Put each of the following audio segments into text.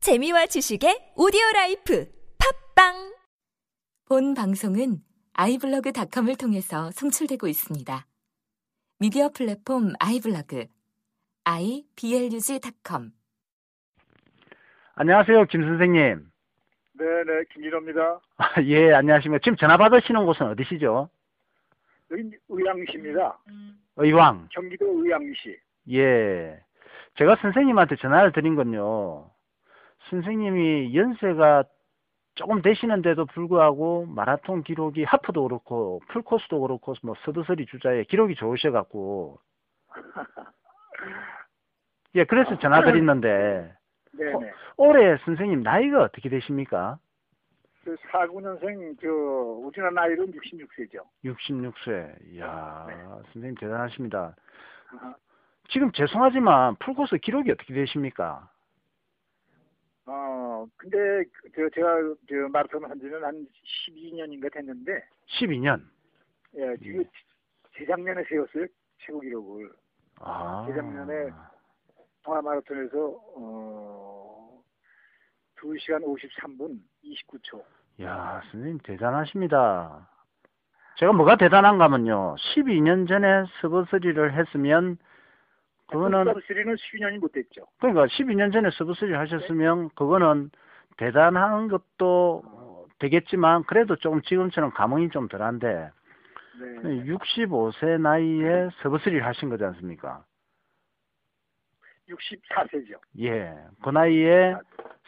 재미와 지식의 오디오 라이프 팝빵 본 방송은 아이블로그닷컴을 통해서 송출되고 있습니다. 미디어 플랫폼 아이블로그 iblog.com 안녕하세요, 김 선생님. 네네, 김일호입니다. 아, 예, 안녕하십니까. 지금 전화 받으시는 곳은 어디시죠? 여기 의왕시입니다. 음. 의왕. 경기도 의왕시. 예. 제가 선생님한테 전화를 드린 건요. 선생님이 연세가 조금 되시는데도 불구하고 마라톤 기록이 하프도 그렇고 풀코스도 그렇고 뭐 서두서리 주자에 기록이 좋으셔갖고 예 그래서 전화 드렸는데 네네. 어. 올해 선생님 나이가 어떻게 되십니까? 그 49년생, 저, 우리나라 나이로는 66세죠. 66세. 이야, 네. 선생님 대단하십니다. 지금 죄송하지만 풀코스 기록이 어떻게 되십니까? 어, 근데, 그 저, 제가, 저, 마라톤 한 지는 한 12년인가 됐는데, 12년. 예, 지금 예. 재작년에 세웠어요. 최고 기록을. 아. 재작년에 동아 마라톤에서, 어, 2시간 53분 29초. 야, 선생님 대단하십니다. 제가 뭐가 대단한가면요. 12년 전에 서브스리를 했으면 네, 그거는 3는 12년이 못 됐죠. 그러니까 12년 전에 서브스리를 하셨으면 네. 그거는 대단한 것도 어, 되겠지만 그래도 조금 지금처럼 감흥이 좀 덜한데 네. 65세 나이에 서브스리를 하신 거지 않습니까? 64세죠. 예. 그 나이에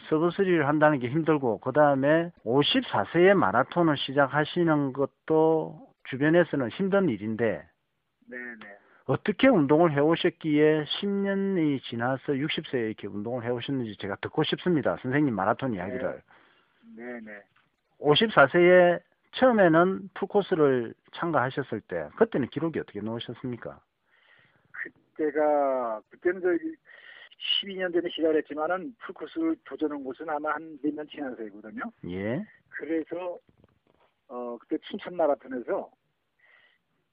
서브스리를 한다는 게 힘들고, 그 다음에 54세에 마라톤을 시작하시는 것도 주변에서는 힘든 일인데, 네네. 어떻게 운동을 해오셨기에 10년이 지나서 60세에 이렇게 운동을 해오셨는지 제가 듣고 싶습니다. 선생님 마라톤 이야기를. 네네. 54세에 처음에는 풀코스를 참가하셨을 때, 그때는 기록이 어떻게 나오셨습니까? 그때가 그때는 저 12년 전에 시작을 했지만은 풀코스를 도전한 곳은 아마 한 몇 년 지나서이거든요. 예. 그래서 어 그때 춘천 마라톤에서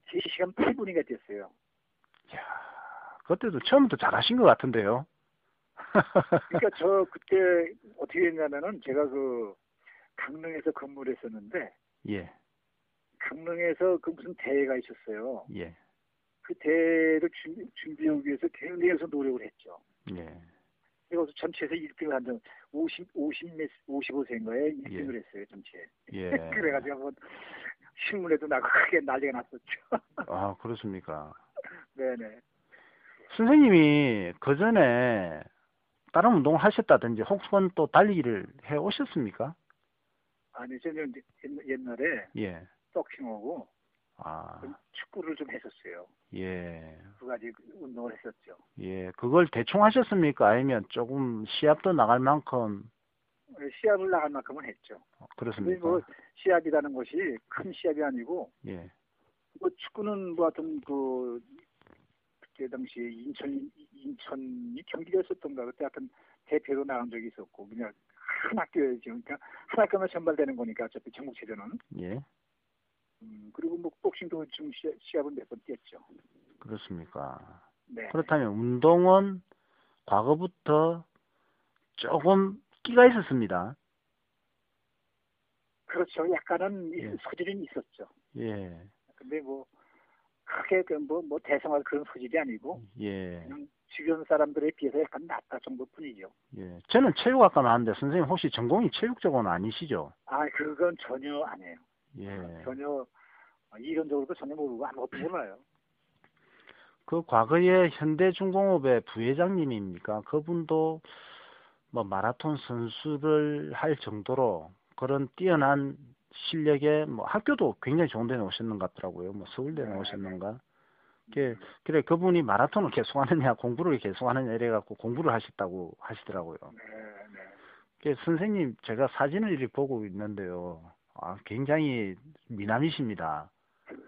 3시간 8분인가 됐어요. 그때도 처음부터 잘하신 것 같은데요. 그러니까 저 그때 어떻게 됐냐면은 제가 그 강릉에서 근무를 했었는데 예, 강릉에서 그 무슨 대회가 있었어요. 예, 그 대회를 준비, 준비하기 위해서 굉장히 노력을 했죠. 예. 그래서 전체에서 1등을 한 적, 50, 50 몇, 55세인가에 1등을 했어요, 전체에. 예. 그래가지고 한번 신문에도 나고 크게 난리가 났었죠. 아, 그렇습니까. 네네. 선생님이 그 전에 다른 운동을 하셨다든지 혹은 또 달리기를 해 오셨습니까? 아니 저는 이제 옛- 옛날에 예. 복싱하고 아, 축구를 좀 했었어요. 예. 두 가지 운동을 했었죠. 예. 그걸 대충 하셨습니까? 아니면 조금 시합도 나갈 만큼 시합을 나갈 만큼은 했죠. 근데 그렇습니까? 뭐 시합이라는 것이 큰 시합이 아니고 예. 뭐 축구는 뭐 하여튼 그 그때 당시에 인천 인천이 경기였었던가 그때 하여튼 대표로 나간 적이 있었고 그냥 한 학교에 지금 그러니까 한 학교만 선발되는 거니까 어차피 전국체전은 예. 음, 그리고 뭐 복싱도 좀 시, 시합을 몇 번 뛰었죠. 그렇습니까? 네. 그렇다면 운동은 과거부터 조금 끼가 있었습니다. 그렇죠. 약간은 이 예. 소질은 있었죠. 예. 근데 뭐 크게 그뭐 뭐 대성할 그런 소질이 아니고 예. 그냥 주변 사람들에 비해서 약간 낫다 정도뿐이죠. 예, 저는 체육학과 나왔는데 선생님 혹시 전공이 체육 쪽은 아니시죠? 아 그건 전혀 아니에요. 예. 전혀 어, 이론적으로도 전혀 모르고 아무것도 몰라요. 그 과거에 현대중공업의 부회장님입니까? 그분도 뭐 마라톤 선수를 할 정도로 그런 뛰어난 실력에 뭐 학교도 굉장히 좋은 데 나오셨는 것 같더라고요. 뭐 서울대 네, 나오셨는가? 예, 그래 그분이 마라톤을 계속하느냐 공부를 계속하느냐 이래갖고 공부를 하셨다고 하시더라고요. 네, 네. 그 선생님 제가 사진을 이렇게 보고 있는데요. 아 굉장히 미남이십니다.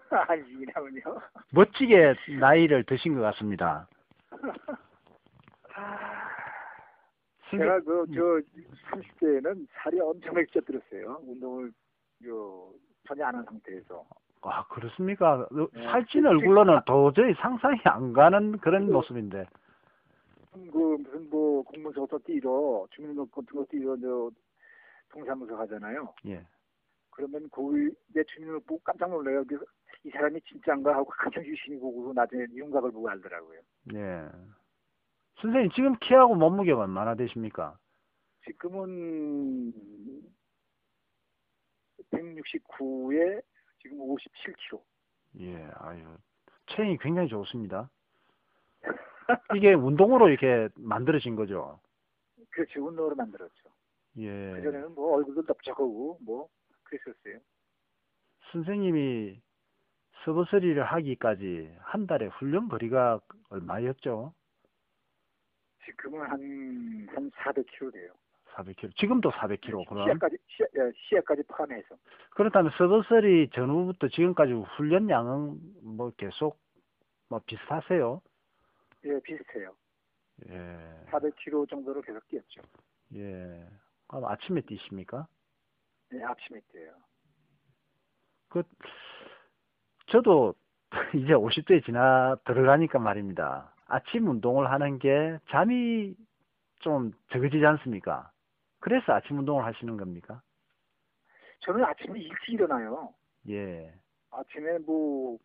아, 이라면요. 멋지게 나이를 드신 것 같습니다. 제가 음. 그 저 30대에는 살이 엄청나게 쪄들었어요. 운동을 요 전혀 안 한 상태에서. 아, 그렇습니까? 어, 네. 살찐 얼굴로는 도저히 상상이 안 가는 그런 그- 모습인데. 무슨 그 무슨 뭐 공문서 어떻게 이뤄 주민등록 같은 것도 이뤄 저 동사무소 가잖아요. 예. 그러면 거기 내 주민등록 보고 깜짝 놀라요. 그래서 이 사람이 진짜인가 하고 한참 유심히 보고 나중에 윤곽을 보고 알더라고요. 예. 선생님, 지금 키하고 몸무게가 얼마나 되십니까? 지금은 169에 지금 57kg. 예, 아유. 체인이 굉장히 좋습니다. 이게 운동으로 이렇게 만들어진 거죠. 그렇지 운동으로 만들었죠. 예. 그전에는 뭐 얼굴도 넓적하고 뭐 그랬었어요. 선생님이 서버서리를 하기까지 한 달에 훈련 거리가 얼마였죠? 지금은 한, 한 400kg 돼요. 400km. 지금도 400km. 그럼. 시야까지, 시야, 예, 시야까지 포함해서. 그렇다면 서버서리 전후부터 지금까지 훈련 양은 뭐 계속 뭐 비슷하세요? 예, 비슷해요. 예. 400kg 정도로 계속 뛰었죠. 예. 그럼 아침에 뛰십니까? 예, 아침에 뛰어요. 그 저도 이제 50대 지나 들어가니까 말입니다. 아침 운동을 하는 게 잠이 좀 적어지지 않습니까? 그래서 아침 운동을 하시는 겁니까? 저는 아침에 일찍 일어나요. 예. 아침에 뭐,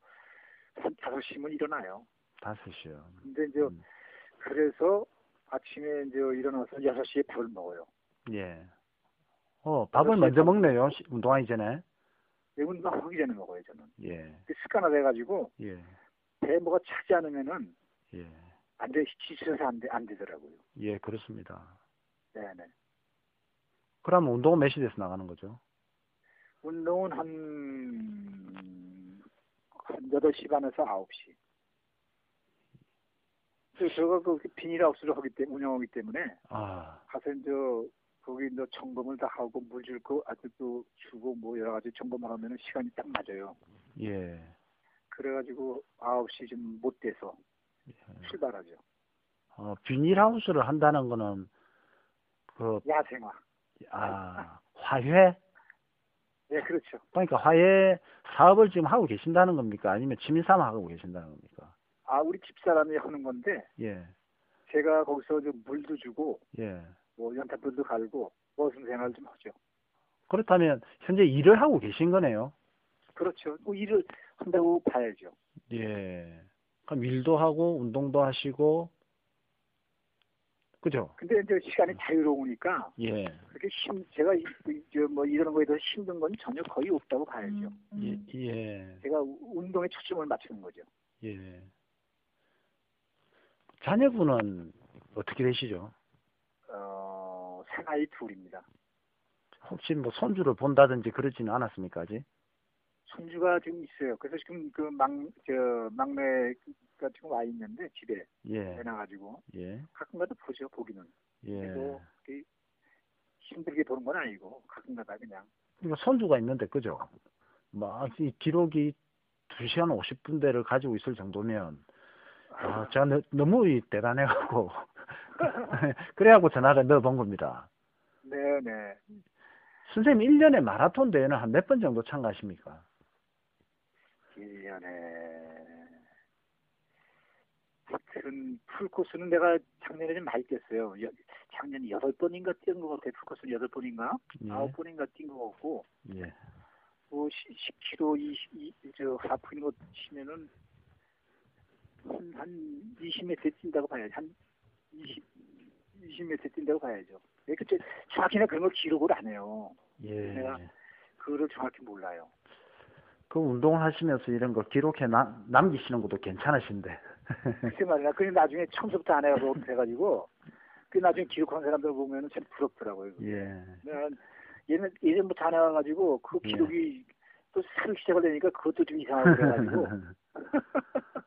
한 5시면 일어나요. 다섯 시요. 근데 이제, 음. 그래서 아침에 이제 일어나서 6시에 밥을 먹어요. 예. 어, 밥을 먼저 그래서 밥- 먹네요. 시- 운동하기 전에. 내 운동하기 전에 먹어요, 저는. 예. 그 습관화돼가지고, 예. 배에 뭐가 차지 않으면은, 예. 안 돼, 지쳐서 안, 돼, 안 되더라고요. 예, 그렇습니다. 네네. 그럼 운동은 몇 시대에서 나가는 거죠? 운동은 한, 한 8시 반에서 9시. 저, 저가 그 비닐하우스를 하기 때문에, 운영하기 때문에, 아, 가서 이제, 거기 이제 점검을 다 하고, 물 줄 거, 아직도 주고, 뭐, 여러 가지 점검을 하면은 시간이 딱 맞아요. 예. 그래가지고, 9시 좀 못 돼서 출발하죠. 어, 비닐하우스를 한다는 거는 그 야생화. 아, 화훼? 네, 그렇죠. 그러니까 화훼 사업을 지금 하고 계신다는 겁니까? 아니면 취미 삼아 하고 계신다는 겁니까? 아, 우리 집사람이 하는 건데, 예, 제가 거기서 좀 물도 주고, 예. 뭐, 연탄불도 갈고, 머슴 생활 좀 하죠. 그렇다면 현재 일을 하고 계신 거네요. 그렇죠. 뭐 일을 한다고 봐야죠. 예. 그럼 일도 하고 운동도 하시고 그죠? 근데 이제 시간이 자유로우니까 예. 그렇게 힘 제가 이- 이- 저뭐 이런 거에 대해서 힘든 건 전혀 거의 없다고 봐야죠. 음. 예, 음. 예, 제가 우- 운동에 초점을 맞추는 거죠. 예. 자녀분은 어떻게 되시죠? 어, 새 아이 둘입니다. 혹시 뭐 손주를 본다든지 그러지는 않았습니까? 아직? 손주가 지금 있어요. 그래서 지금 그막저 막내가 지금 와 있는데 집에 예, 내놔가지고 예, 가끔가다 보죠 보기는. 예. 그래도 그렇게 힘들게 보는 건 아니고 가끔가다 그냥. 그러니까 선주가 있는데 그죠? 막 이 기록이 2시간 50분대를 가지고 있을 정도면 아, 제가 너, 너무 이 대단해갖고 그래갖고 전화를 넣어본 겁니다. 네네. 선생님 1년에 마라톤 대회는 한 몇 번 정도 참가하십니까? 1년에 그런 풀코스는 내가 작년에 좀 많이 뛰었어요. 여- 작년에 여덟 번인가 뛴 것 같아요. 풀코스는 여덟 번인가 예, 아홉 번인가 뛴 것 같고 예, 뭐 10km 이저 하프인 것 치면은 한, 한 20m 뛴다고 봐야지 한 20, 20m 뛴다고 봐야죠. 예, 그때 정확히는 그런 걸 기록을 안 해요. 예. 내가- 그거를 정확히 몰라요. 그 운동을 하시면서 이런 거 기록해 나, 남기시는 것도 괜찮으신데. 글쎄 말이야. 그냥 나중에 처음부터 안 해가지고 돼가지고 그 나중에 기록한 사람들 보면은 참 부럽더라고요. 예, 내가 얘는 예전부터 안 해가지고 그 예. 기록이 또 새로 시작을 되니까 아, 그것도 좀 이상하게 돼가지고 예.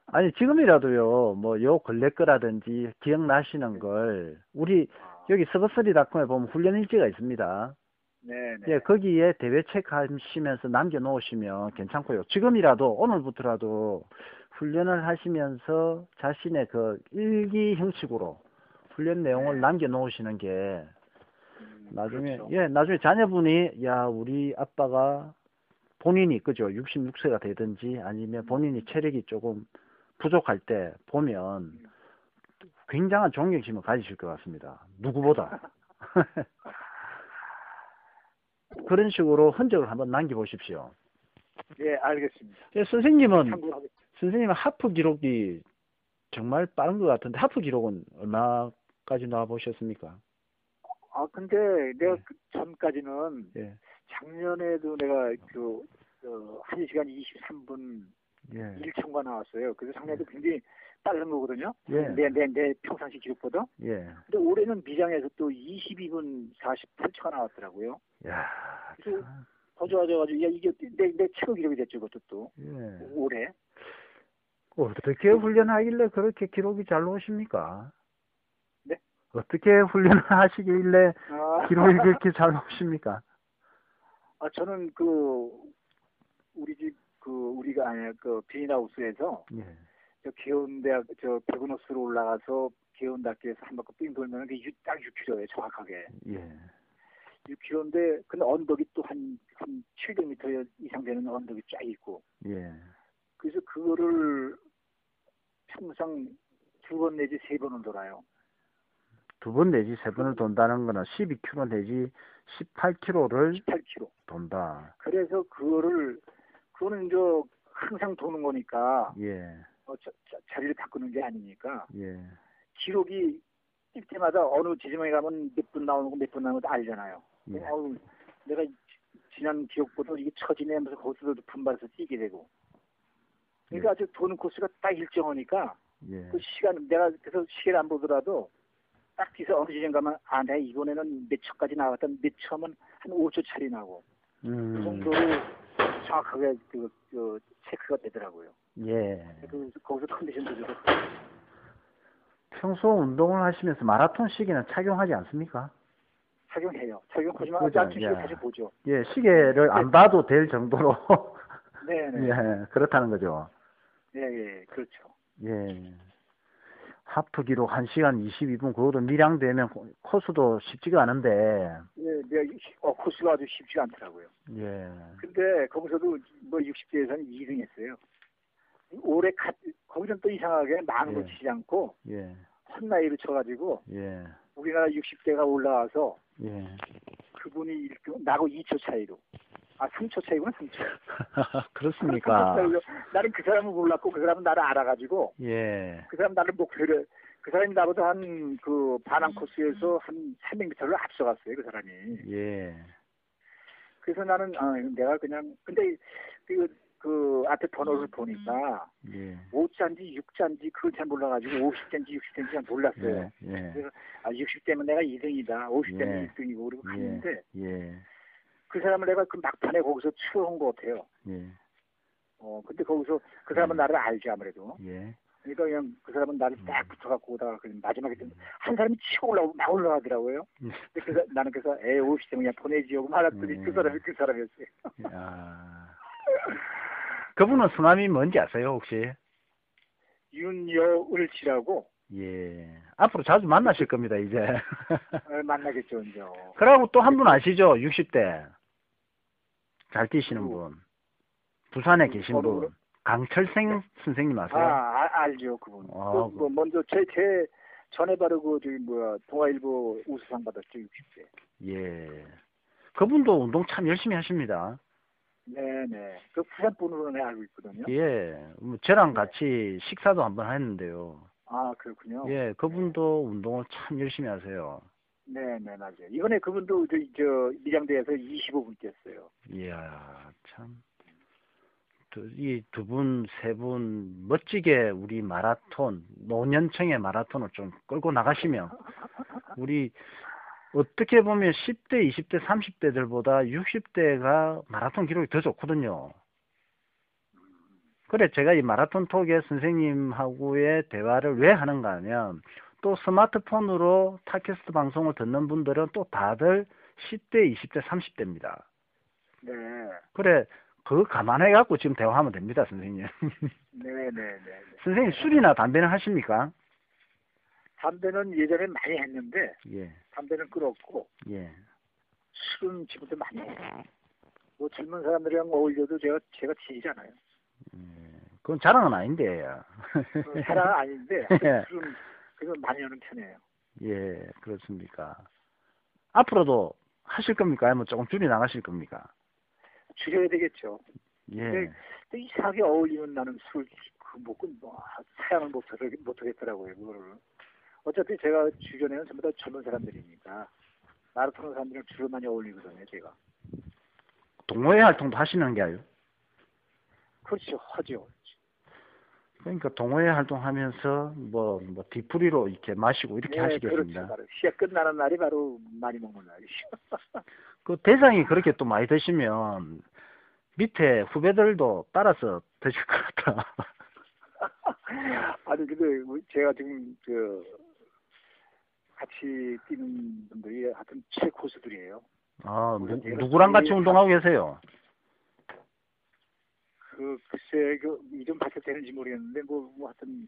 아니 지금이라도요 뭐 요 근래 거라든지 네. 기억나시는 걸 우리 아, 여기 서버스리닷컴에 보면 훈련 일지가 있습니다. 네네 예, 거기에 대회 체크하시면서 남겨놓으시면 괜찮고요. 지금이라도 오늘부터라도 훈련을 하시면서 자신의 그 일기 형식으로 훈련 내용을 네. 남겨놓으시는 게 음, 나중에 그렇죠. 예 나중에 자녀분이 야 우리 아빠가 본인이 그죠 66세가 음. 되든지 아니면 본인이 체력이 조금 부족할 때 보면 굉장한 존경심을 가지실 것 같습니다. 누구보다. 그런 식으로 흔적을 한번 남겨보십시오. 예, 알겠습니다. 예, 선생님은, 참고하겠습니다. 선생님은 하프 기록이 정말 빠른 것 같은데, 하프 기록은 얼마까지 나와보셨습니까? 아, 근데 내가 그 전까지는 예. 작년에도 내가 그, 어, 1시간 23분 예. 1초가 나왔어요. 그래서 작년에도 굉장히 빠른 거거든요. 예. 내, 내, 내 평상시 기록보다. 예. 근데 올해는 미장에서 또 22분 48초가 나왔더라고요. 야, 그- 참, 더 좋아져가지고, 야, 이게 내, 내 최고 기록이 됐죠, 그것도 또. 예. 올해. 어떻게 훈련하길래 그렇게 기록이 잘 나오십니까? 네? 어떻게 훈련을 하시길래 아, 기록이 그렇게 잘 나오십니까? 아, 저는 그, 우리 집, 그, 우리가 아니라 그 비닐하우스에서 예. 저 개운대학, 저 백운호스로 올라가서 개운대학교에서 한 바퀴 삥 돌면 은 그게 딱 6km예요, 정확하게. 예. 6km인데, 근데 언덕이 또 한, 한 700m 이상 되는 언덕이 쫙 있고. 예. 그래서 그거를 평상 두 번 내지 세 번은 돌아요. 두 번 내지 세 번을 돈다는 거는 12km 내지 18km를 8km. 돈다. 그래서 그거를, 그거는 저 항상 도는 거니까, 예. 어, 자, 자, 자리를 바꾸는 게 아니니까. 예. 기록이 뛸 때마다 어느 지점에 가면 몇 분 나오는 거 몇 분 나오는 거 알잖아요. 예. 어우, 내가 지- 지난 기록보다 이게 처지네 하면서 거기서 분발해서 뛰게 되고. 네. 그러니까 아주 도는 코스가 딱 일정하니까 예. 그 시간 내가 그래서 시계를 안 보더라도 딱 뒤에서 어느 지점 가면 아 내가 이번에는 몇 초까지 나왔다 몇 초면 한 5초 차리 나고 그 음. 정도로 정확하게 그, 그 체크가 되더라고요. 예. 그 거기서 컨디션도 좋고 평소 운동을 하시면서 마라톤 시계는 착용하지 않습니까? 착용해요. 착용하지만 그거죠, 아주 예. 다시 보죠. 예, 시계를 안 봐도 될 정도로 네. 네네. 예, 그렇다는 거죠. 예, 예, 그렇죠. 예. 하프 기록 1시간 22분 그것도 밀양되면 코- 코스도 쉽지가 않은데. 예, 내가 이- 어, 코스가 아주 쉽지가 않더라고요. 예. 근데 거기서도 뭐 60대에서는 2등 했어요. 올해 가, 거기는 또 이상하게 망도 예. 치지 않고 예. 헛나이를 쳐가지고 예. 우리나라 60대가 올라와서 예. 그분이 1등, 나고 2초 차이로. 아, 3초 차이구나, 3초. 그렇습니까? 차이로. 나는 그 사람을 몰랐고 그 사람은 나를 알아가지고 예. 그 사람 나를 목표를 그 사람이 나보다 한 그 반항 코스에서 한 300m를 앞서갔어요, 그 사람이. 예. 그래서 나는 아, 내가 그냥 근데 그, 그 앞에 음, 번호를 보니까 예. 5잔지 6잔지 그걸 잘 몰라가지고 50잔지 60잔지 잘 몰랐어요. 예. 예. 아 60대면 내가 2등이다. 50대면 예. 1등이고 그리고 예. 갔는데 예. 그 사람을 내가 그 막판에 거기서 추월한 것 같아요. 예. 어 근데 거기서 그 사람은 음. 나를 알지 아무래도. 예. 그러니까 그냥 그 사람은 나를 딱 붙어갖고 오다가 그 마지막에 좀- 한 사람이 치고 올라오고 막 올라가더라고요. 음. 근데 그, 사- 나는 그래서 에 50대면 그냥 보내지요. 말았더니 그 음. 사람이 그 사람이었어요. 아. 그분은 수남이 뭔지 아세요, 혹시? 윤여을 치라고 예. 앞으로 자주 만나실 겁니다, 이제. 어, 만나겠죠, 이제. 그리고 또 한 분 아시죠? 60대. 잘 뛰시는 분. 부산에 계신 분. 강철생 선생님 아, 아세요? 아, 알죠, 그분. 아, 그, 뭐, 그- 먼저 제, 제 전에 바로 그, 저기, 뭐야, 동아일보 우수상 받았죠, 60대. 예. 그분도 운동 참 열심히 하십니다. 네네. 그 부산분으로 내가 알고 있거든요. 예. 뭐 저랑 같이 식사도 한번 했는데요. 아, 그렇군요. 예. 그분도 운동을 참 열심히 하세요. 네네, 맞아요. 이번에 그분도 저, 저 미장대에서 25분 뛰었어요. 이야, 참. 이 두 분, 세 분 멋지게 우리 마라톤, 노년층의 마라톤을 좀 끌고 나가시면 우리 어떻게 보면 10대, 20대, 30대들보다 60대가 마라톤 기록이 더 좋거든요. 그래, 제가 이 마라톤 톡에 선생님하고의 대화를 왜 하는가 하면 또 스마트폰으로 팟캐스트 방송을 듣는 분들은 또 다들 10대, 20대, 30대입니다. 네. 그래, 그거 감안해갖고 지금 대화하면 됩니다, 선생님. 네네네. 선생님, 술이나 담배는 하십니까? 담배는 예전에 많이 했는데, 예, 담배는 끊었고, 예, 술은 지금도 많이 해요. 뭐 젊은 사람들이랑 어울려도 제가, 제가 지지 않아요. 예. 그건 자랑은 아닌데. 그 사람 아닌데 예. 술은 그 그래서 많이 오는 편이에요. 예, 그렇습니까. 앞으로도 하실 겁니까? 아니면 조금 줄이 나가실 겁니까? 줄여야 되겠죠. 예. 네. 근데 이상하게 어울리면 나는 술그못그 뭐, 사양을 못 하겠- 못 하겠더라고요 그거를. 어차피 제가 주변에는 전부 다 젊은 사람들이니까 마라톤 사람들은 주로 많이 어울리거든요 제가. 동호회 활동도 하시는 게 아니에요? 그렇죠 하죠. 그러니까 동호회 활동하면서 뭐, 뭐, 디프리로 이렇게 마시고 이렇게 그렇죠. 하시겠습니다. 바로 시합 끝나는 날이 바로 많이 먹는 날이죠. 그 대장이 그렇게 또 많이 드시면 밑에 후배들도 따라서 드실 것 같다. 아니 근데 뭐 제가 지금 그 같이 뛰는 분들이 하여튼 최고수들이에요. 아, 누, 누구랑 같이 운동하고 계세요? 그 글쎄 그 이름 밝혀 되는지 모르겠는데 뭐, 뭐 하여튼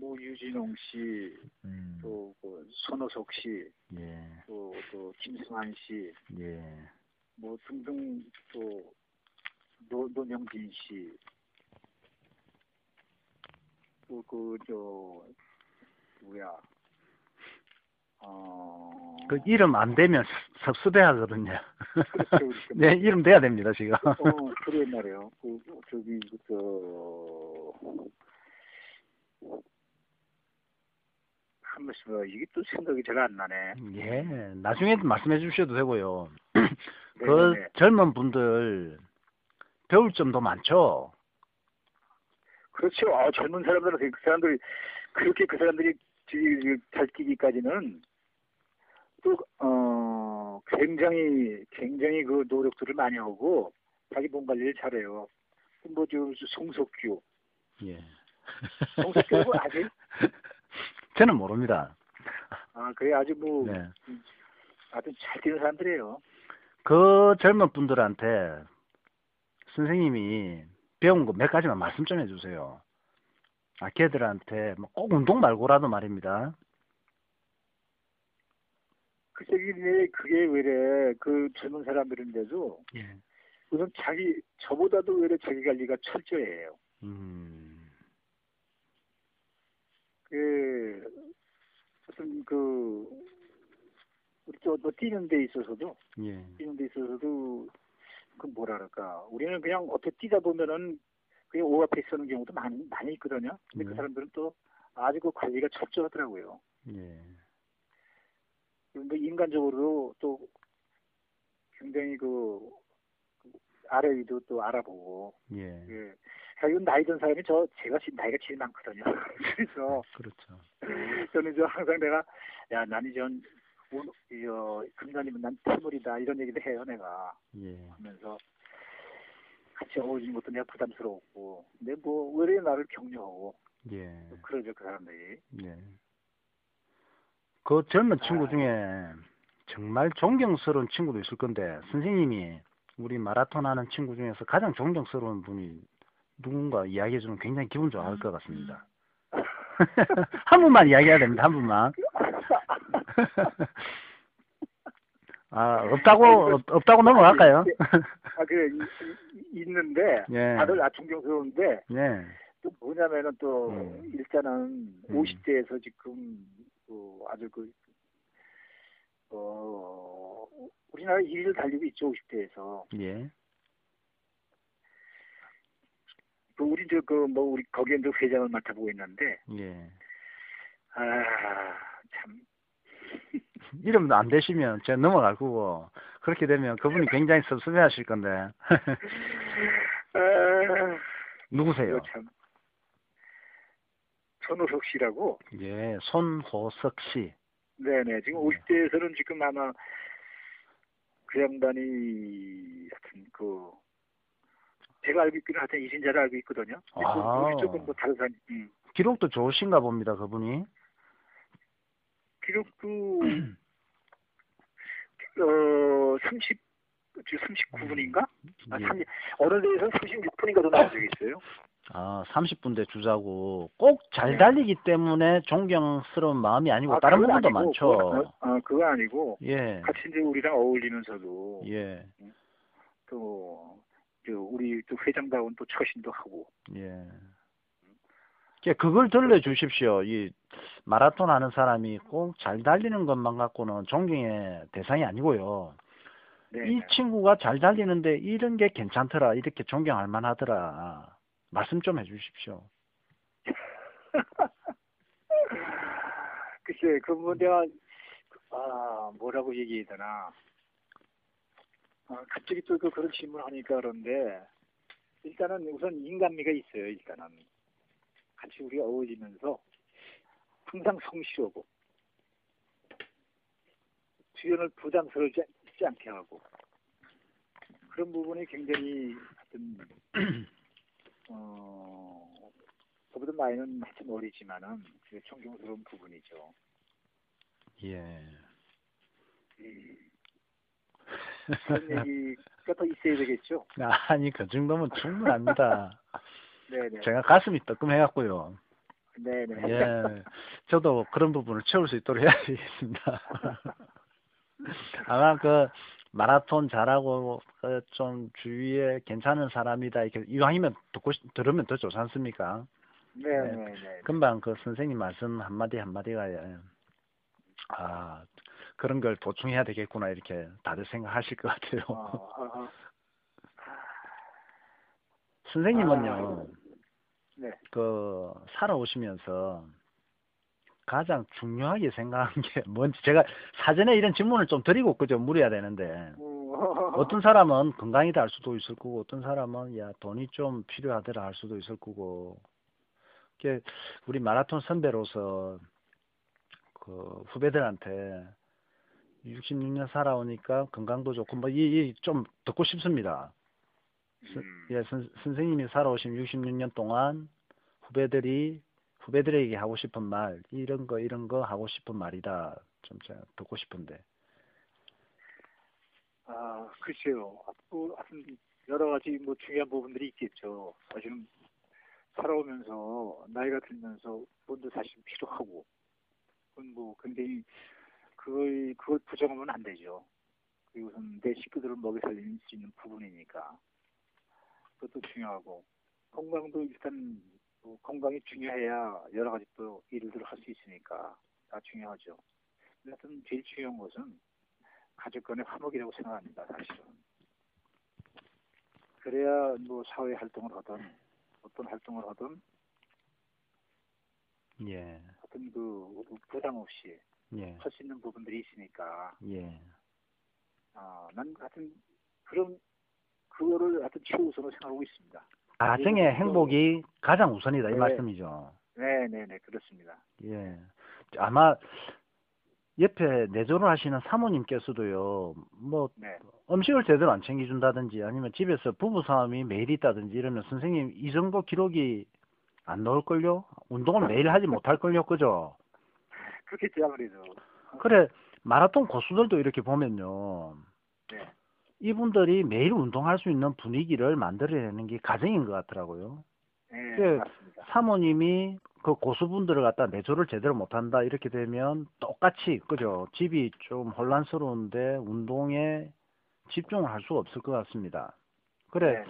뭐 유진홍 씨, 음, 또그 손호석 씨, 예, 또, 또 김승환 씨, 예. 뭐 등등 또 노, 노명진 씨, 또 그 저 누구야, 어, 그 이름 안 되면 섭수대야 그러냐. 그렇죠, 그렇죠. 네, 이름 돼야 됩니다, 지금. 어, 그래 말이에요. 그 저기 그저한 번씩 봐. 이게 또 생각이 잘 안 나네. 예, 나중에 말씀해 주셔도 되고요. 네, 그 네, 네. 젊은 분들 배울 점도 많죠. 그렇죠. 아, 젊은 사람들은 그 사람들이 그렇게 그 사람들이 뒤- 잘 뛰기까지는 또 어, 굉장히 굉장히 그 노력들을 많이 하고 자기 몸 관리를 잘해요. 뭐 지금 송석규, 예. 송석규는 아직 저는 모릅니다. 아 그래 아주 뭐 네. 아주 잘 뛰는 사람들이에요. 그 젊은 분들한테 선생님이 배운 거 몇 가지만 말씀 좀 해주세요. 아, 걔들한테 뭐꼭 운동 말고라도 말입니다. 글쎄 이게 그 그게 왜래 그 젊은 사람들인데도 예. 우선 자기 저보다도 왜래 자기 관리가 철저해요. 음, 그 무슨 그 우리 또, 또 뛰는 데 있어서도 예. 뛰는 데 있어서도 그 뭐랄까 우리는 그냥 어떻게 뛰다 보면은 그냥 오가페이스 하는 경우도 많이 많이 있거든요. 네. 근데 그 사람들은 또 아주 그 관리가 철저하더라고요. 예. 그런데 인간적으로 또 굉장히 그 아래 위도 또 알아보고 예. 예. 결국 나이 든 사람이 저 제가 지금 나이가 제일 많거든요. 그래서 그렇죠. 저는 저 항상 내가 야 나는 전 오늘 어, 금년이면 난 태물이다 이런 얘기도 해요 내가 예. 하면서 같이 어울리는 것도 내가 부담스러웠고 근데 뭐 의뢰 나를 격려하고 예. 그러죠 그 사람들이 네. 그 젊은 아. 친구 중에 정말 존경스러운 친구도 있을 건데 선생님이 우리 마라톤 하는 친구 중에서 가장 존경스러운 분이 누군가 이야기해 주면 굉장히 기분 좋아할 것 같습니다. 한 분만 이야기해야 됩니다. 한 분만. 아, 없다고 없- 없다고 넘어갈까요? 아 그래 이- 이- 있는데 예. 다들 아 존경스러운데 예. 또 뭐냐면은 또 음. 일단은 음. 50대에서 지금 그 아주 그 어, 우리나라 1위를 달리고 있죠 50대에서 예. 그 우리 저 그 뭐 우리 거기에 이제 회장을 맡아보고 있는데 아, 예. 아참 이름도 안 되시면 제가 넘어갈 거고 그렇게 되면 그분이 굉장히 섭섭해하실 건데 아, 누구세요? 이거 참 손호석 씨라고 예, 손호석 씨. 네네 지금 네. 50대에서는 지금 아마 그 양반이 하여튼 그 제가 알고 있기는 하여튼 이신자를 알고 있거든요. 근데 그 아. 우리 쪽은 뭐 다른 사람 음. 기록도 좋으신가 봅니다, 그분이. 기록도 그 어 30, 39분인가? 아, 예. 30, 어느 데에서 36분인가도 나온 적이 있어요. 아, 30분대 주자고 꼭 잘 달리기 때문에 존경스러운 마음이 아니고 네. 아, 예. 다른 그건 분들도 아니고, 그건, 많죠. 아, 그거 아니고 예, 같이 이제 우리랑 어울리면서도 예, 또, 저 우리 또 회장다운 또 처신도 하고 예. 이제 그걸 들려주십시오. 이 마라톤 하는 사람이 꼭 잘 달리는 것만 갖고는 존경의 대상이 아니고요. 네. 이 친구가 잘 달리는데 이런 게 괜찮더라. 이렇게 존경할 만하더라. 말씀 좀 해주십시오. 글쎄, 그뭐 내가 아 뭐라고 얘기해야 되나. 아, 갑자기 또 그, 그런 질문을 하니까 그런데 일단은 우선 인간미가 있어요. 일단은 같이 우리가 어우지면서 항상 성실하고 주연을 부담스러워지 않지 않게 하고 그런 부분이 굉장히 하여튼 어 저보다 나이는 하여튼 어리지만은 그 존경스러운 부분이죠. 예. 그런 얘기가 더 있어야 되겠죠. 아니, 그 정도면 충분합니다. 네네. 제가 가슴이 뜨끔해갖고요. 네네. 예. 저도 그런 부분을 채울 수 있도록 해야 되겠습니다. 아마 그 마라톤 잘하고 그좀 주위에 괜찮은 사람이다 이렇게 이왕이면 듣고 싶- 들으면 더 좋지 않습니까? 네네네. 금방 그 선생님 말씀 한마디 한마디가 예. 아 그런 걸 보충해야 되겠구나 이렇게 다들 생각하실 것 어, 같아요. 어, 어. 선생님은요. 네. 그 살아오시면서 가장 중요하게 생각한 게 뭔지 제가 사전에 이런 질문을 좀 드리고 그죠 물어야 되는데 음. 어떤 사람은 건강이다 할 수도 있을 거고 어떤 사람은 야 돈이 좀 필요하더라 할 수도 있을 거고 이게 우리 마라톤 선배로서 그 후배들한테 66년 살아오니까 건강도 좋고 뭐이좀 듣고 싶습니다. 음, 예, 선, 선생님이 살아오신 66년 동안 후배들이 후배들에게 하고 싶은 말 이런 거 이런 거 하고 싶은 말이다 좀 제가 듣고 싶은데 아, 글쎄요. 뭐, 하여튼 여러 가지 뭐 중요한 부분들이 있겠죠. 사실은 살아오면서 나이가 들면서 돈도 사실 필요하고, 그건 뭐 굉장히 그걸 그걸 부정하면 안 되죠. 그리고 우선 내 식구들을 먹여 살릴 수 있는 부분이니까 그것도 중요하고 건강도 일단 뭐 건강이 중요해야 여러 가지 또 일들을 할 수 있으니까 다 중요하죠. 근데 하여튼 제일 중요한 것은 가족 간의 화목이라고 생각합니다, 사실은. 그래야 뭐 사회 활동을 하든 어떤 활동을 하든 예, 어떤 그 부담 없이 예, 할 수 있는 부분들이 있으니까 예, 아, 난 하여튼 그런 그거를 하여튼 최우선으로 생각하고 있습니다. 가정의 행복이 가장 우선이다 이 네. 말씀이죠. 네, 네, 네, 그렇습니다. 예, 아마 옆에 내조를 하시는 사모님께서도요, 뭐 네, 음식을 제대로 안 챙겨준다든지 아니면 집에서 부부 싸움이 매일 있다든지 이러면 선생님 이 정도 기록이 안 나올걸요? 운동을 매일 하지 못할걸요, 그죠? 그렇겠죠 아무래도. 그래 마라톤 고수들도 이렇게 보면요. 네, 이분들이 매일 운동할 수 있는 분위기를 만들어내는 게 가정인 것 같더라고요. 네, 네. 맞습니다. 사모님이 그 고수분들을 갖다 내조를 제대로 못한다 이렇게 되면 똑같이 그죠? 집이 좀 혼란스러운데 운동에 집중을 할 수가 없을 것 같습니다. 그래 네, 네.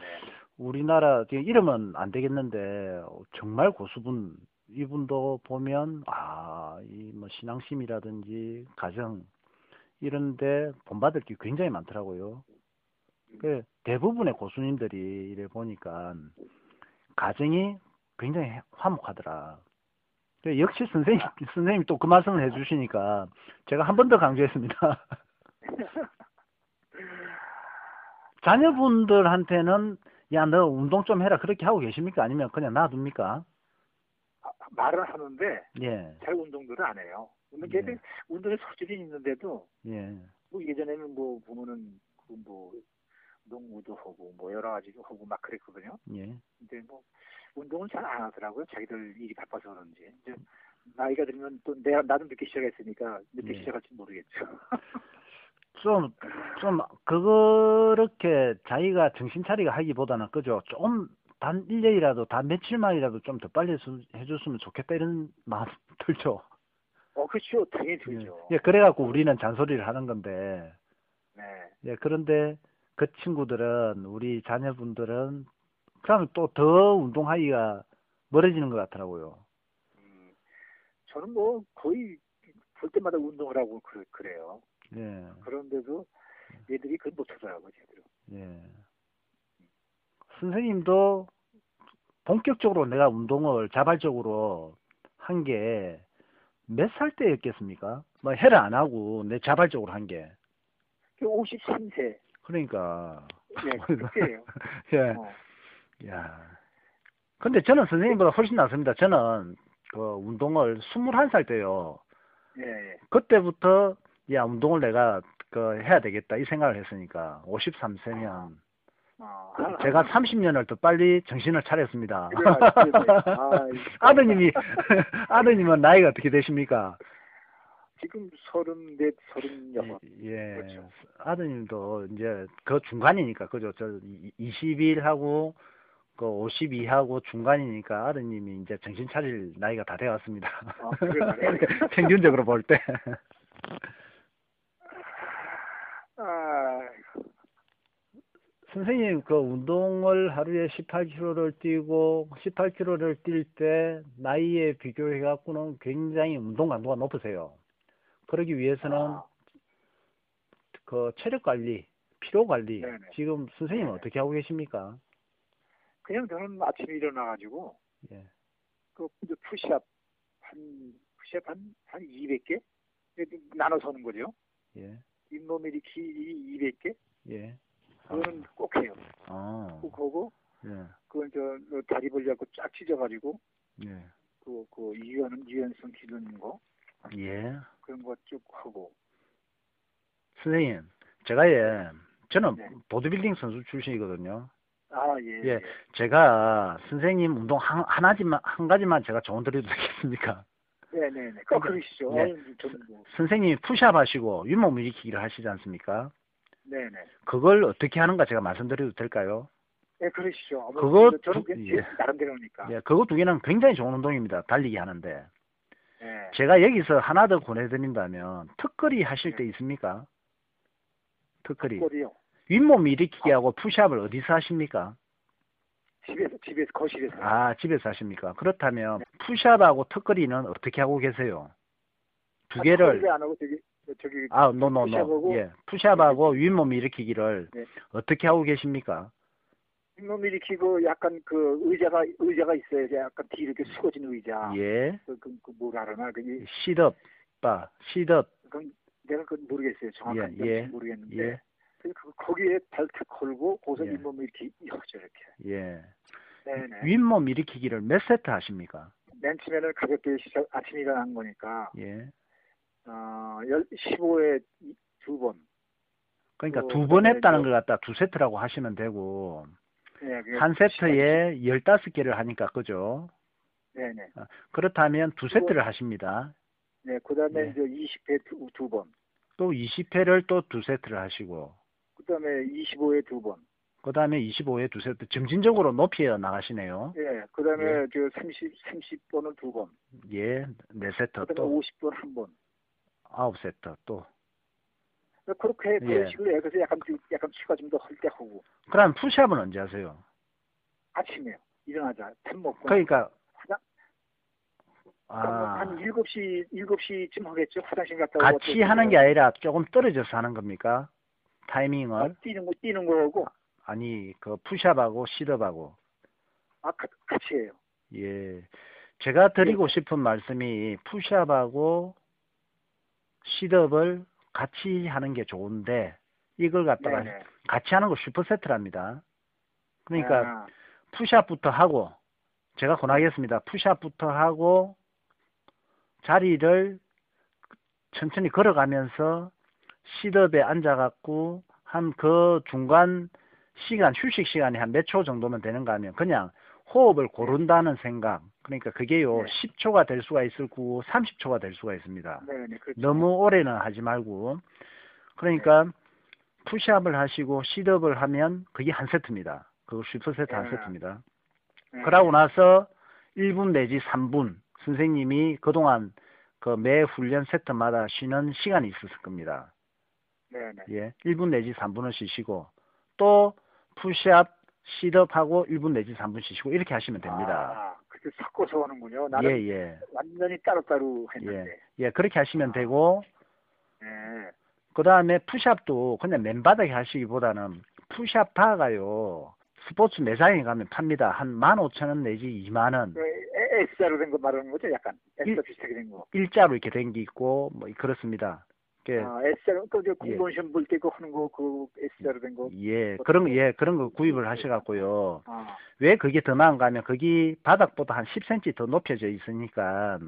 우리나라 지금 이름은 안 되겠는데 정말 고수분 이분도 보면 아 이 뭐 신앙심이라든지 가정 이런데 본받을 게 굉장히 많더라고요. 그 대부분의 고수님들이 이래 보니까 가정이 굉장히 화목하더라. 그 역시 선생님 선생님 또 그 말씀을 해주시니까 제가 한 번 더 강조했습니다. 자녀분들한테는 야 너 운동 좀 해라 그렇게 하고 계십니까? 아니면 그냥 놔둡니까? 아, 말을 하는데 예, 잘 운동들을 안 해요. 운동 예. 네. 운동에 소질이 있는데도 예, 뭐 예전에는 뭐 보면은 그뭐 농구도 하고 뭐 여러 가지도 하고 막 그랬거든요. 예, 근데 뭐 운동을 잘 안 하더라고요. 자기들 일이 바빠서 그런지. 이제 나이가 들면 또 내가 나도 늦게 시작했으니까 늦게 예. 시작할지 모르겠죠. 좀, 좀, 그렇게 자기가 정신 차리게 하기보다는, 그죠? 좀, 단 1년이라도, 단 며칠만이라도 좀 더 빨리 수- 해줬으면 좋겠다, 이런 마음 들죠. 어, 그렇죠. 당연히 예. 들죠. 예, 그래갖고 우리는 잔소리를 하는 건데, 네. 예, 그런데 그 친구들은, 우리 자녀분들은, 그러면 또 더 운동하기가 멀어지는 것 같더라고요. 음. 저는 뭐 거의 볼 때마다 운동을 하고 그- 그래요. 예, 그런데도 네. 얘들이 그걸 못하더라고 제대로. 예. 선생님도 본격적으로 내가 운동을 자발적으로 한 게 몇 살 때였겠습니까? 뭐 해를 안 하고 내 자발적으로 한 게. 그 53세. 그러니까 예, 그때예요. 예. 어. 야. 근데 저는 선생님보다 훨씬 낫습니다. 저는 그 운동을 21살 때요. 예, 예. 그때부터 야, 운동을 내가 그 해야 되겠다 이 생각을 했으니까 53세면 어. 그 제가 30년을 더 빨리 정신을 차렸습니다. 그래요, 그래요. 아, 이- 아드님이 아드님은 나이가 어떻게 되십니까? 아, 지금 서른 넷, 서른 여섯. 예. 그렇죠. 아드님도 이제 그 중간이니까 그죠? 저 21하고 그 52하고 중간이니까 아드님이 이제 정신 차릴 나이가 다 돼 왔습니다. 그러니까 아, 그러네. 평균적으로 볼 때. 아, 선생님 그 운동을 하루에 18km를 뛰고 18km를 뛸 때 나이에 비교해 갖고는 굉장히 운동 강도가 높으세요. 그러기 위해서는 아, 그 체력 관리, 피로 관리 네네. 지금 선생님은 네네. 어떻게 하고 계십니까? 그냥 저는 아침에 일어나가지고 예. 그 이제 푸시업 한 푸시업 한한 200개 나눠서 하는 거죠. 예. 잇몸일으키 200개 예. 그거는 꼭 해요. 아. 꼭 하고 예. 그건 저 어, 다리 벌려갖고 쫙 찢어가지고 예. 그그 유연은 유연성 기르는 거 예. 그런 거 쭉 하고 선생님, 제가 예, 저는 네. 보드빌딩 선수 출신이거든요. 아 예. 예. 제가 선생님 운동 한, 하나지만 한 가지만 제가 조언 드려도 되겠습니까? 네네네. 꼭 그러니까- 그러시죠. 네. 아유, 저는 뭐, 선생님이 푸시업 하시고 윗몸 일으키기를 하시지 않습니까? 네네. 그걸 어떻게 하는가 제가 말씀드려도 될까요? 네 그러시죠. 아무튼 그거 저- 저는 두- 그냥 예. 제 나름대로니까. 예, 그거 두 개는 굉장히 좋은 운동입니다. 달리기 하는데. 예. 제가 여기서 하나 더 권해드린다면 턱걸이 하실 네. 때 있습니까? 턱걸이. 꼬리요. 윗몸 일으키기하고 아. 푸시업을 어디서 하십니까? 집에서 집에서 거실에서. 아, 집에서 하십니까? 그렇다면 네. 푸시업하고 턱걸이는 어떻게 하고 계세요? 두 개를 안 아, 하고 저기 저기 아, 노노노. 푸시업하고- 예. 푸시업하고 윗몸 일으키기를 네. 어떻게 하고 계십니까? 뒷몸 일으키고 약간 그 의자가 의자가 있어요. 이제 약간 뒤 이렇게 숙어진 의자. 예. 그, 그, 그 뭐라 그러나 그 이- 시덥 바, 시덥. 그건 내가 그 모르겠어요. 정확한 예, 예, 건 모르겠는데. 예. 그 그- 거기에 발탁 걸고 고서 예. 뒷몸 이렇게 이어져 이렇게. 네. 예. 네네. 윗몸 일으키기를 몇 세트 하십니까? 맨 처음에는 가볍게 시작 아침에 일어난 거니까 예. 어, 열 15에 두 번. 그러니까 어, 두 번 그다음에 했다는 이제- 것 같다. 두 세트라고 하시면 되고 네, 그게 한 시간이- 세트에 15개를 하니까 그죠? 네네. 그렇다면 두 그거- 세트를 하십니다. 네, 그다음에 예. 이제 20회 두, 두 번. 또 20회를 또 두 세트를 하시고 그다음에 25회 두 번. 그다음에 25회 두 세트 점진적으로 높여 나가시네요. 예. 그다음에 예. 저 30, 30번을 두 번. 예, 네 세트 그다음에 또 50번 한 번. 아홉 세트 또. 그렇게 그런 예. 식으로 해서 약간 좀- 약간 추가 좀 더 할 때 하고 그럼 푸시업은 언제 하세요? 아침에요. 일어나자 밥 먹고 그러니까 화장 아뭐 한 7시 7시쯤 하겠죠. 화장실 갔다 오고 같이 하는 게 아니라 조금 떨어져서 하는 겁니까? 타이밍을 아, 뛰는 거 뛰는 거고 아니 그 푸시업하고 시럽하고 아 가- 같이 해요. 예. 제가 예. 드리고 싶은 말씀이 푸시업하고 시럽을 같이 하는 게 좋은데 이걸 갖다가 네네. 같이 하는 거 슈퍼세트랍니다. 그러니까 아, 푸시업부터 하고 제가 권하겠습니다. 푸시업부터 하고 자리를 천천히 걸어가면서 시럽에 앉아갖고 한 그 중간 시간 휴식 시간이 한 몇 초 정도면 되는가 하면 그냥 호흡을 고른다는 생각 그러니까 그게요 네. 10초가 될 수가 있을 거고 30초가 될 수가 있습니다. 네네 그렇죠. 너무 오래는 하지 말고 그러니까 푸시업을 하시고 시드업을 하면 그게 한 세트입니다. 그거 슈퍼 세트 한 예. 세트입니다. 네. 그러고 나서 1분 내지 3분 선생님이 그동안 그 매 훈련 세트마다 쉬는 시간이 있었을 겁니다. 네네. 예. 1분 내지 3분을 쉬시고 또 푸시업, 시드업하고 1분 내지 3분 쉬시고 이렇게 하시면 됩니다. 아, 그 이렇게 섞어서 오는군요. 예, 나는 예. 완전히 따로따로 했는데. 예, 그렇게 아. 하시면 되고, 예. 그 다음에 푸샵도 그냥 맨바닥에 하시기보다는 푸샵 바가요. 스포츠 매장에 가면 팝니다. 한 15,000원 내지 2만원. 그 에- S자로 된 거 말하는 거죠? 약간 S자 일- 비슷하게 된 거. 일자로 이렇게 된 게 있고, 뭐, 그렇습니다. 예, 아, S자로 그 이제 예. 공무원 시험 볼 때 그거 하는 거 그 S자로 된 거. 예, 그런, 거- 예, 그런 거 구입을 하셔갖고요. 아, 왜 그게 더 나은가 하면, 거기 바닥보다 한 10cm 더 높여져 있으니까,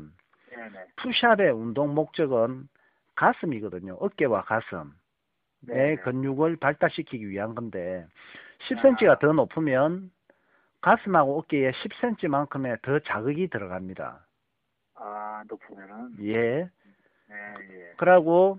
네네. 푸샵의 운동 목적은 가슴이거든요. 어깨와 가슴. 내 네네. 근육을 발달시키기 위한 건데 10cm가 아. 더 높으면 가슴하고 어깨에 10cm만큼의 더 자극이 들어갑니다. 아, 높으면은. 예. 네, 예. 그러고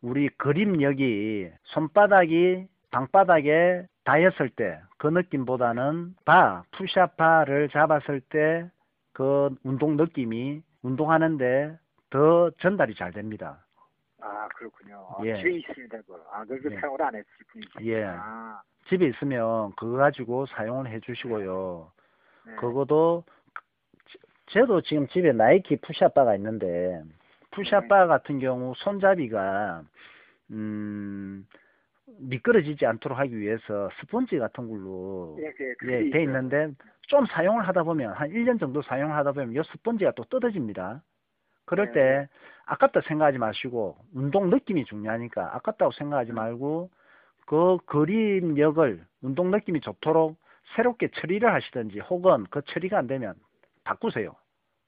우리 그립력이 손바닥이 방바닥에 닿였을 때 그 느낌보다는 바, 푸시업 바를 잡았을 때 그 운동 느낌이 운동하는데 더 전달이 잘 됩니다. 아, 그렇군요. 아, 예. 집에 있습니다, 그거. 아, 그렇게 예. 사용을 안 했을 뿐이지. 예. 아, 집에 있으면 그거 가지고 사용을 해 주시고요. 네. 그거도 저도 지금 집에 나이키 푸시아바가 있는데 푸시아바 같은 경우 손잡이가 음 미끄러지지 않도록 하기 위해서 스펀지 같은 걸로 예, 예, 그게 예, 돼 있어요. 있는데 좀 사용을 하다 보면 한 1년 정도 사용을 하다 보면 이 스펀지가 또 뜯어집니다. 그럴 네. 때 아깝다 생각하지 마시고 운동 느낌이 중요하니까 아깝다고 생각하지 음. 말고 그 그림력을 운동 느낌이 좋도록 새롭게 처리를 하시든지 혹은 그 처리가 안 되면 바꾸세요.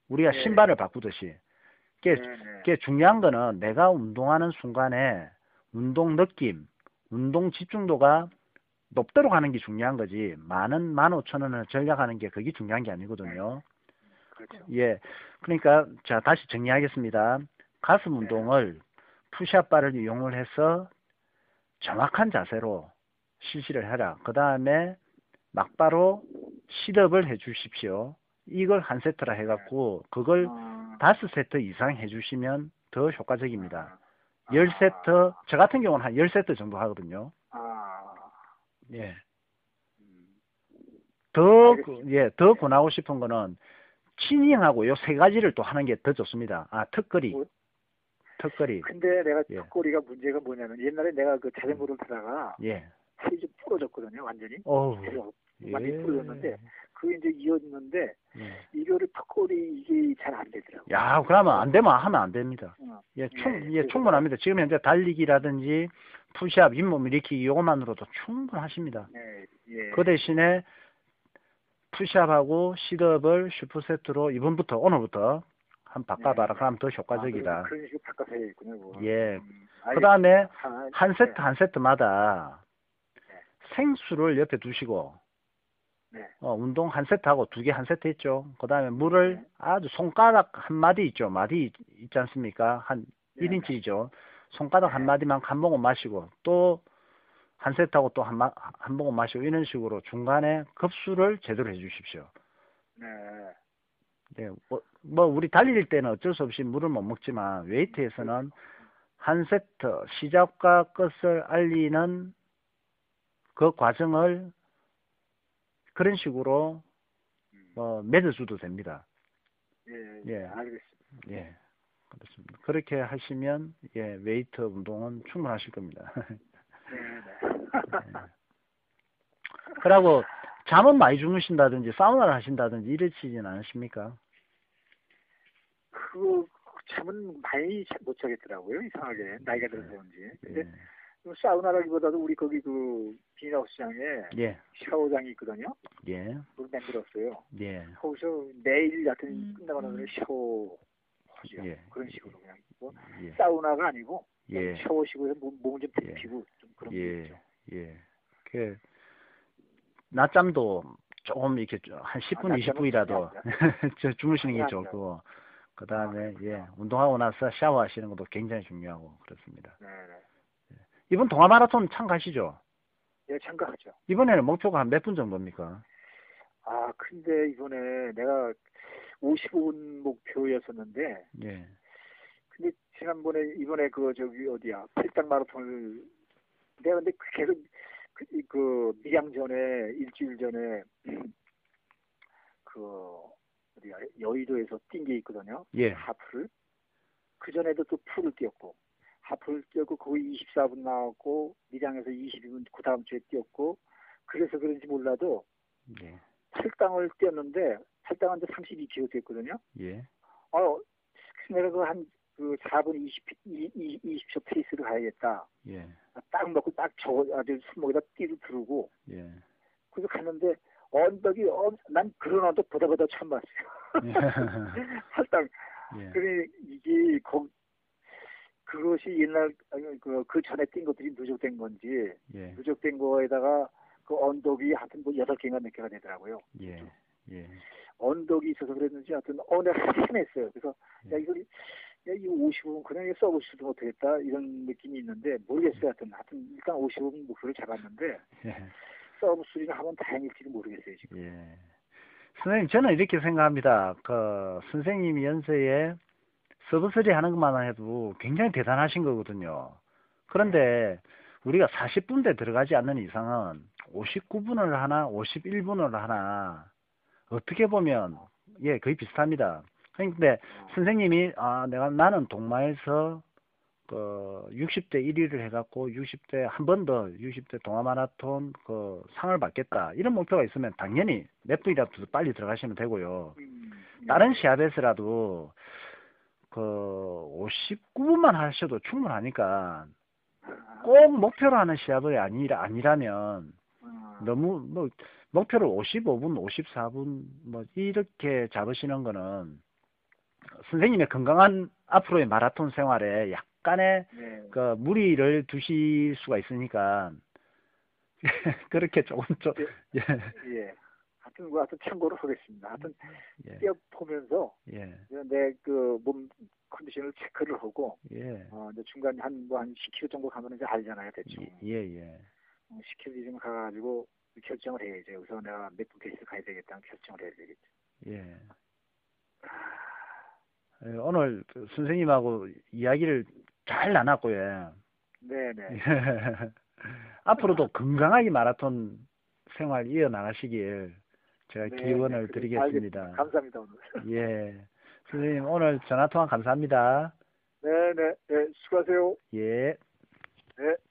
우리가 네. 신발을 바꾸듯이. 그게 네, 네. 그게 중요한 거는 내가 운동하는 순간에 운동 느낌, 운동 집중도가 높도록 하는 게 중요한 거지. 많은 15,000원을 절약하는 게 그게 중요한 게 아니거든요. 그렇죠. 예. 그러니까 자, 다시 정리하겠습니다. 가슴 운동을 푸시업바를 이용을 해서 정확한 자세로 실시를 해라. 그다음에 막바로 시럽을 해 주십시오. 이걸 한 세트라 해 갖고 그걸 아, 다섯 세트 이상 해주시면 더 효과적입니다. 아, 열 세트, 저 같은 경우는 한 열 세트 정도 하거든요. 아, 예. 음, 더, 알겠습니다. 구- 예, 더 권하고 싶은 거는, 치닝하고 요 세 가지를 또 하는 게 더 좋습니다. 아, 턱걸이. 뭐? 턱걸이. 근데 내가 예. 턱걸이가 문제가 뭐냐면 옛날에 내가 그 자전거를 타다가 예. 살이 좀 부러졌거든요 완전히 어우. 그래서 예. 많이 부러졌는데 그 이제 이었는데 예. 이거를 턱걸이 이게 잘 안 되더라고요. 야, 그러면 안 되면 하면 안 됩니다. 어, 예, 충, 예, 예, 그래서- 충분합니다. 지금 현재 달리기라든지, 푸시업, 윗몸 일으키기 요것만으로도 충분하십니다. 네, 예. 그 대신에 푸시업하고 시럽을 슈퍼세트로 이번부터 오늘부터 한 바꿔봐라. 네. 그럼 더 아, 효과적이다. 그런 식으로 바꿔서 해야겠군요. 그거. 예. 음, 그다음에 알겠습니다. 아, 한 세트 네. 한 세트마다 네. 생수를 옆에 두시고 네. 어, 운동 한 세트하고 두 개 한 세트 했죠. 그다음에 물을 네. 아주 손가락 한 마디 있죠. 마디 있- 있지 않습니까? 한 네. 1인치죠. 손가락 한 네. 마디만 한 모금 마시고 또 한 세트하고 또 한 마 한 모금 마시고 이런 식으로 중간에 급수를 제대로 해 주십시오. 네. 네, 뭐, 뭐 우리 달릴 때는 어쩔 수 없이 물을 못 먹지만 웨이트에서는 한 세트 시작과 끝을 알리는 그 과정을 그런 식으로 음, 뭐 맺어줘도 됩니다. 예, 예. 예. 알겠습니다. 예, 그렇습니다. 그렇게 하시면 예, 웨이트 운동은 충분하실 겁니다. 예. 네, 네. 그리고 잠은 많이 주무신다든지 사우나를 하신다든지 이러시진 않으십니까? 그거 잠은 많이 자- 못 자겠더라고요. 이상하게 음, 나이가 네. 들어서 그런지. 근데 예. 그 사우나라기보다도 우리 거기 그 비닐하우스장에 예, 샤워장이 있거든요. 예, 물 만들었어요. 예, 거기서 매일 같은 음. 끝나고 나면 샤워 하죠. 예. 그런 식으로 그냥 뭐 예, 사우나가 아니고 예. 샤워식으로 해서 몸- 몸을 좀 예. 데피고 좀 그런 게 예, 있죠. 예. 그 낮잠도 조금 이렇게 좀- 한 10분, 아, 낮잠은 20분이라도 저 주무시는 게 낮잠. 좋고 그다음에 예, 아, 그렇구나. 운동하고 나서 샤워하시는 것도 굉장히 중요하고 그렇습니다. 네, 네. 이번 동아 마라톤 참가하시죠? 예, 참가하죠. 이번에는 목표가 한 몇 분 정도입니까? 아, 근데 이번에 내가 55분 목표였었는데 예. 근데 지난번에 이번에 그 저기 어디야 팔당 마라톤을 내가 근데 그 계속 그, 이그 미양 전에 일주일 전에 그 어디야 여의도에서 뛴 게 있거든요. 예. 하프를 그 전에도 또 풀을 뛰었고 하프를 뛰었고 거기 24분 나왔고 미장에서 22분 그 다음 주에 뛰었고 그래서 그런지 몰라도 예. 팔당을 뛰었는데 팔당한테 32km 뛰었거든요. 예. 어 내가 그한그 4분 20 이- 이- 20초 페이스로 가야겠다. 예. 딱 먹고 딱 저거 아주 손목에다 띠를 두르고 예. 예. 그래서 갔는데 언덕이 엄- 난 그런 언덕 보다 보다 처음 봤어요. 팔당 예. 그래 이게 거, 그것이 옛날 그, 그 전에 뛴 것들이 누적된 건지 예. 누적된 거에다가 그 언덕이 하여튼 뭐 여덟 개인가 몇 개가 되더라고요. 예. 예. 언덕이 있어서 그랬는지 하여튼 어 내가 헤맸어요. 그래서 야 이거 야, 이 50은 그냥 써보지도 못하겠다 이런 느낌이 있는데 모르겠어요. 하여튼 하여튼 일단 50은 목표를 잡았는데 예. 서브수리나 하면 다행일지도 모르겠어요 지금. 예. 선생님, 저는 이렇게 생각합니다. 그, 선생님이 연세에 서브스리 하는 것만 해도 굉장히 대단하신 거거든요. 그런데 우리가 40분대 들어가지 않는 이상은 59분을 하나, 51분을 하나, 어떻게 보면, 예, 거의 비슷합니다. 근데 선생님이, 아, 내가, 나는 동마에서 그 60대 1위를 해갖고 60대 한 번 더 60대 동아 마라톤 그 상을 받겠다 이런 목표가 있으면 당연히 몇 분이라도 더 빨리 들어가시면 되고요. 음, 다른 시합에서라도 그 59분만 하셔도 충분하니까 아, 꼭 목표로 하는 시합이 아니라 아니라면 아, 너무 뭐 목표를 55분, 54분 뭐 이렇게 잡으시는 거는 선생님의 건강한 앞으로의 마라톤 생활에 약간의 네. 그 무리를 두실 수가 있으니까 그렇게 조금 좀 예, 예. 하여튼 뭐 하여튼 참고로 하겠습니다. 하여튼 예, 뛰어 보면서 예, 내 그 몸 컨디션을 체크를 하고 예, 어 이제 중간 에 한 뭐 한 10km 정도 가면 이제 알잖아요 대충. 어, 예, 예, 10km 좀 가가지고 결정을 해야 이제 우선 내가 몇 분 페이스 가야 되겠다는 결정을 해야 되겠죠. 예. 예, 오늘 그 선생님하고 이야기를 잘 나눴고요. 네네. 예. 아. 앞으로도 건강하게 마라톤 생활 이어나가시길 제가 네, 예, 기원을 네, 그래, 드리겠습니다. 알겠습니다. 감사합니다 오늘. 예. 선생님, 오늘 전화 통화 감사합니다. 네, 네네. 네, 수고하세요. 예. 네.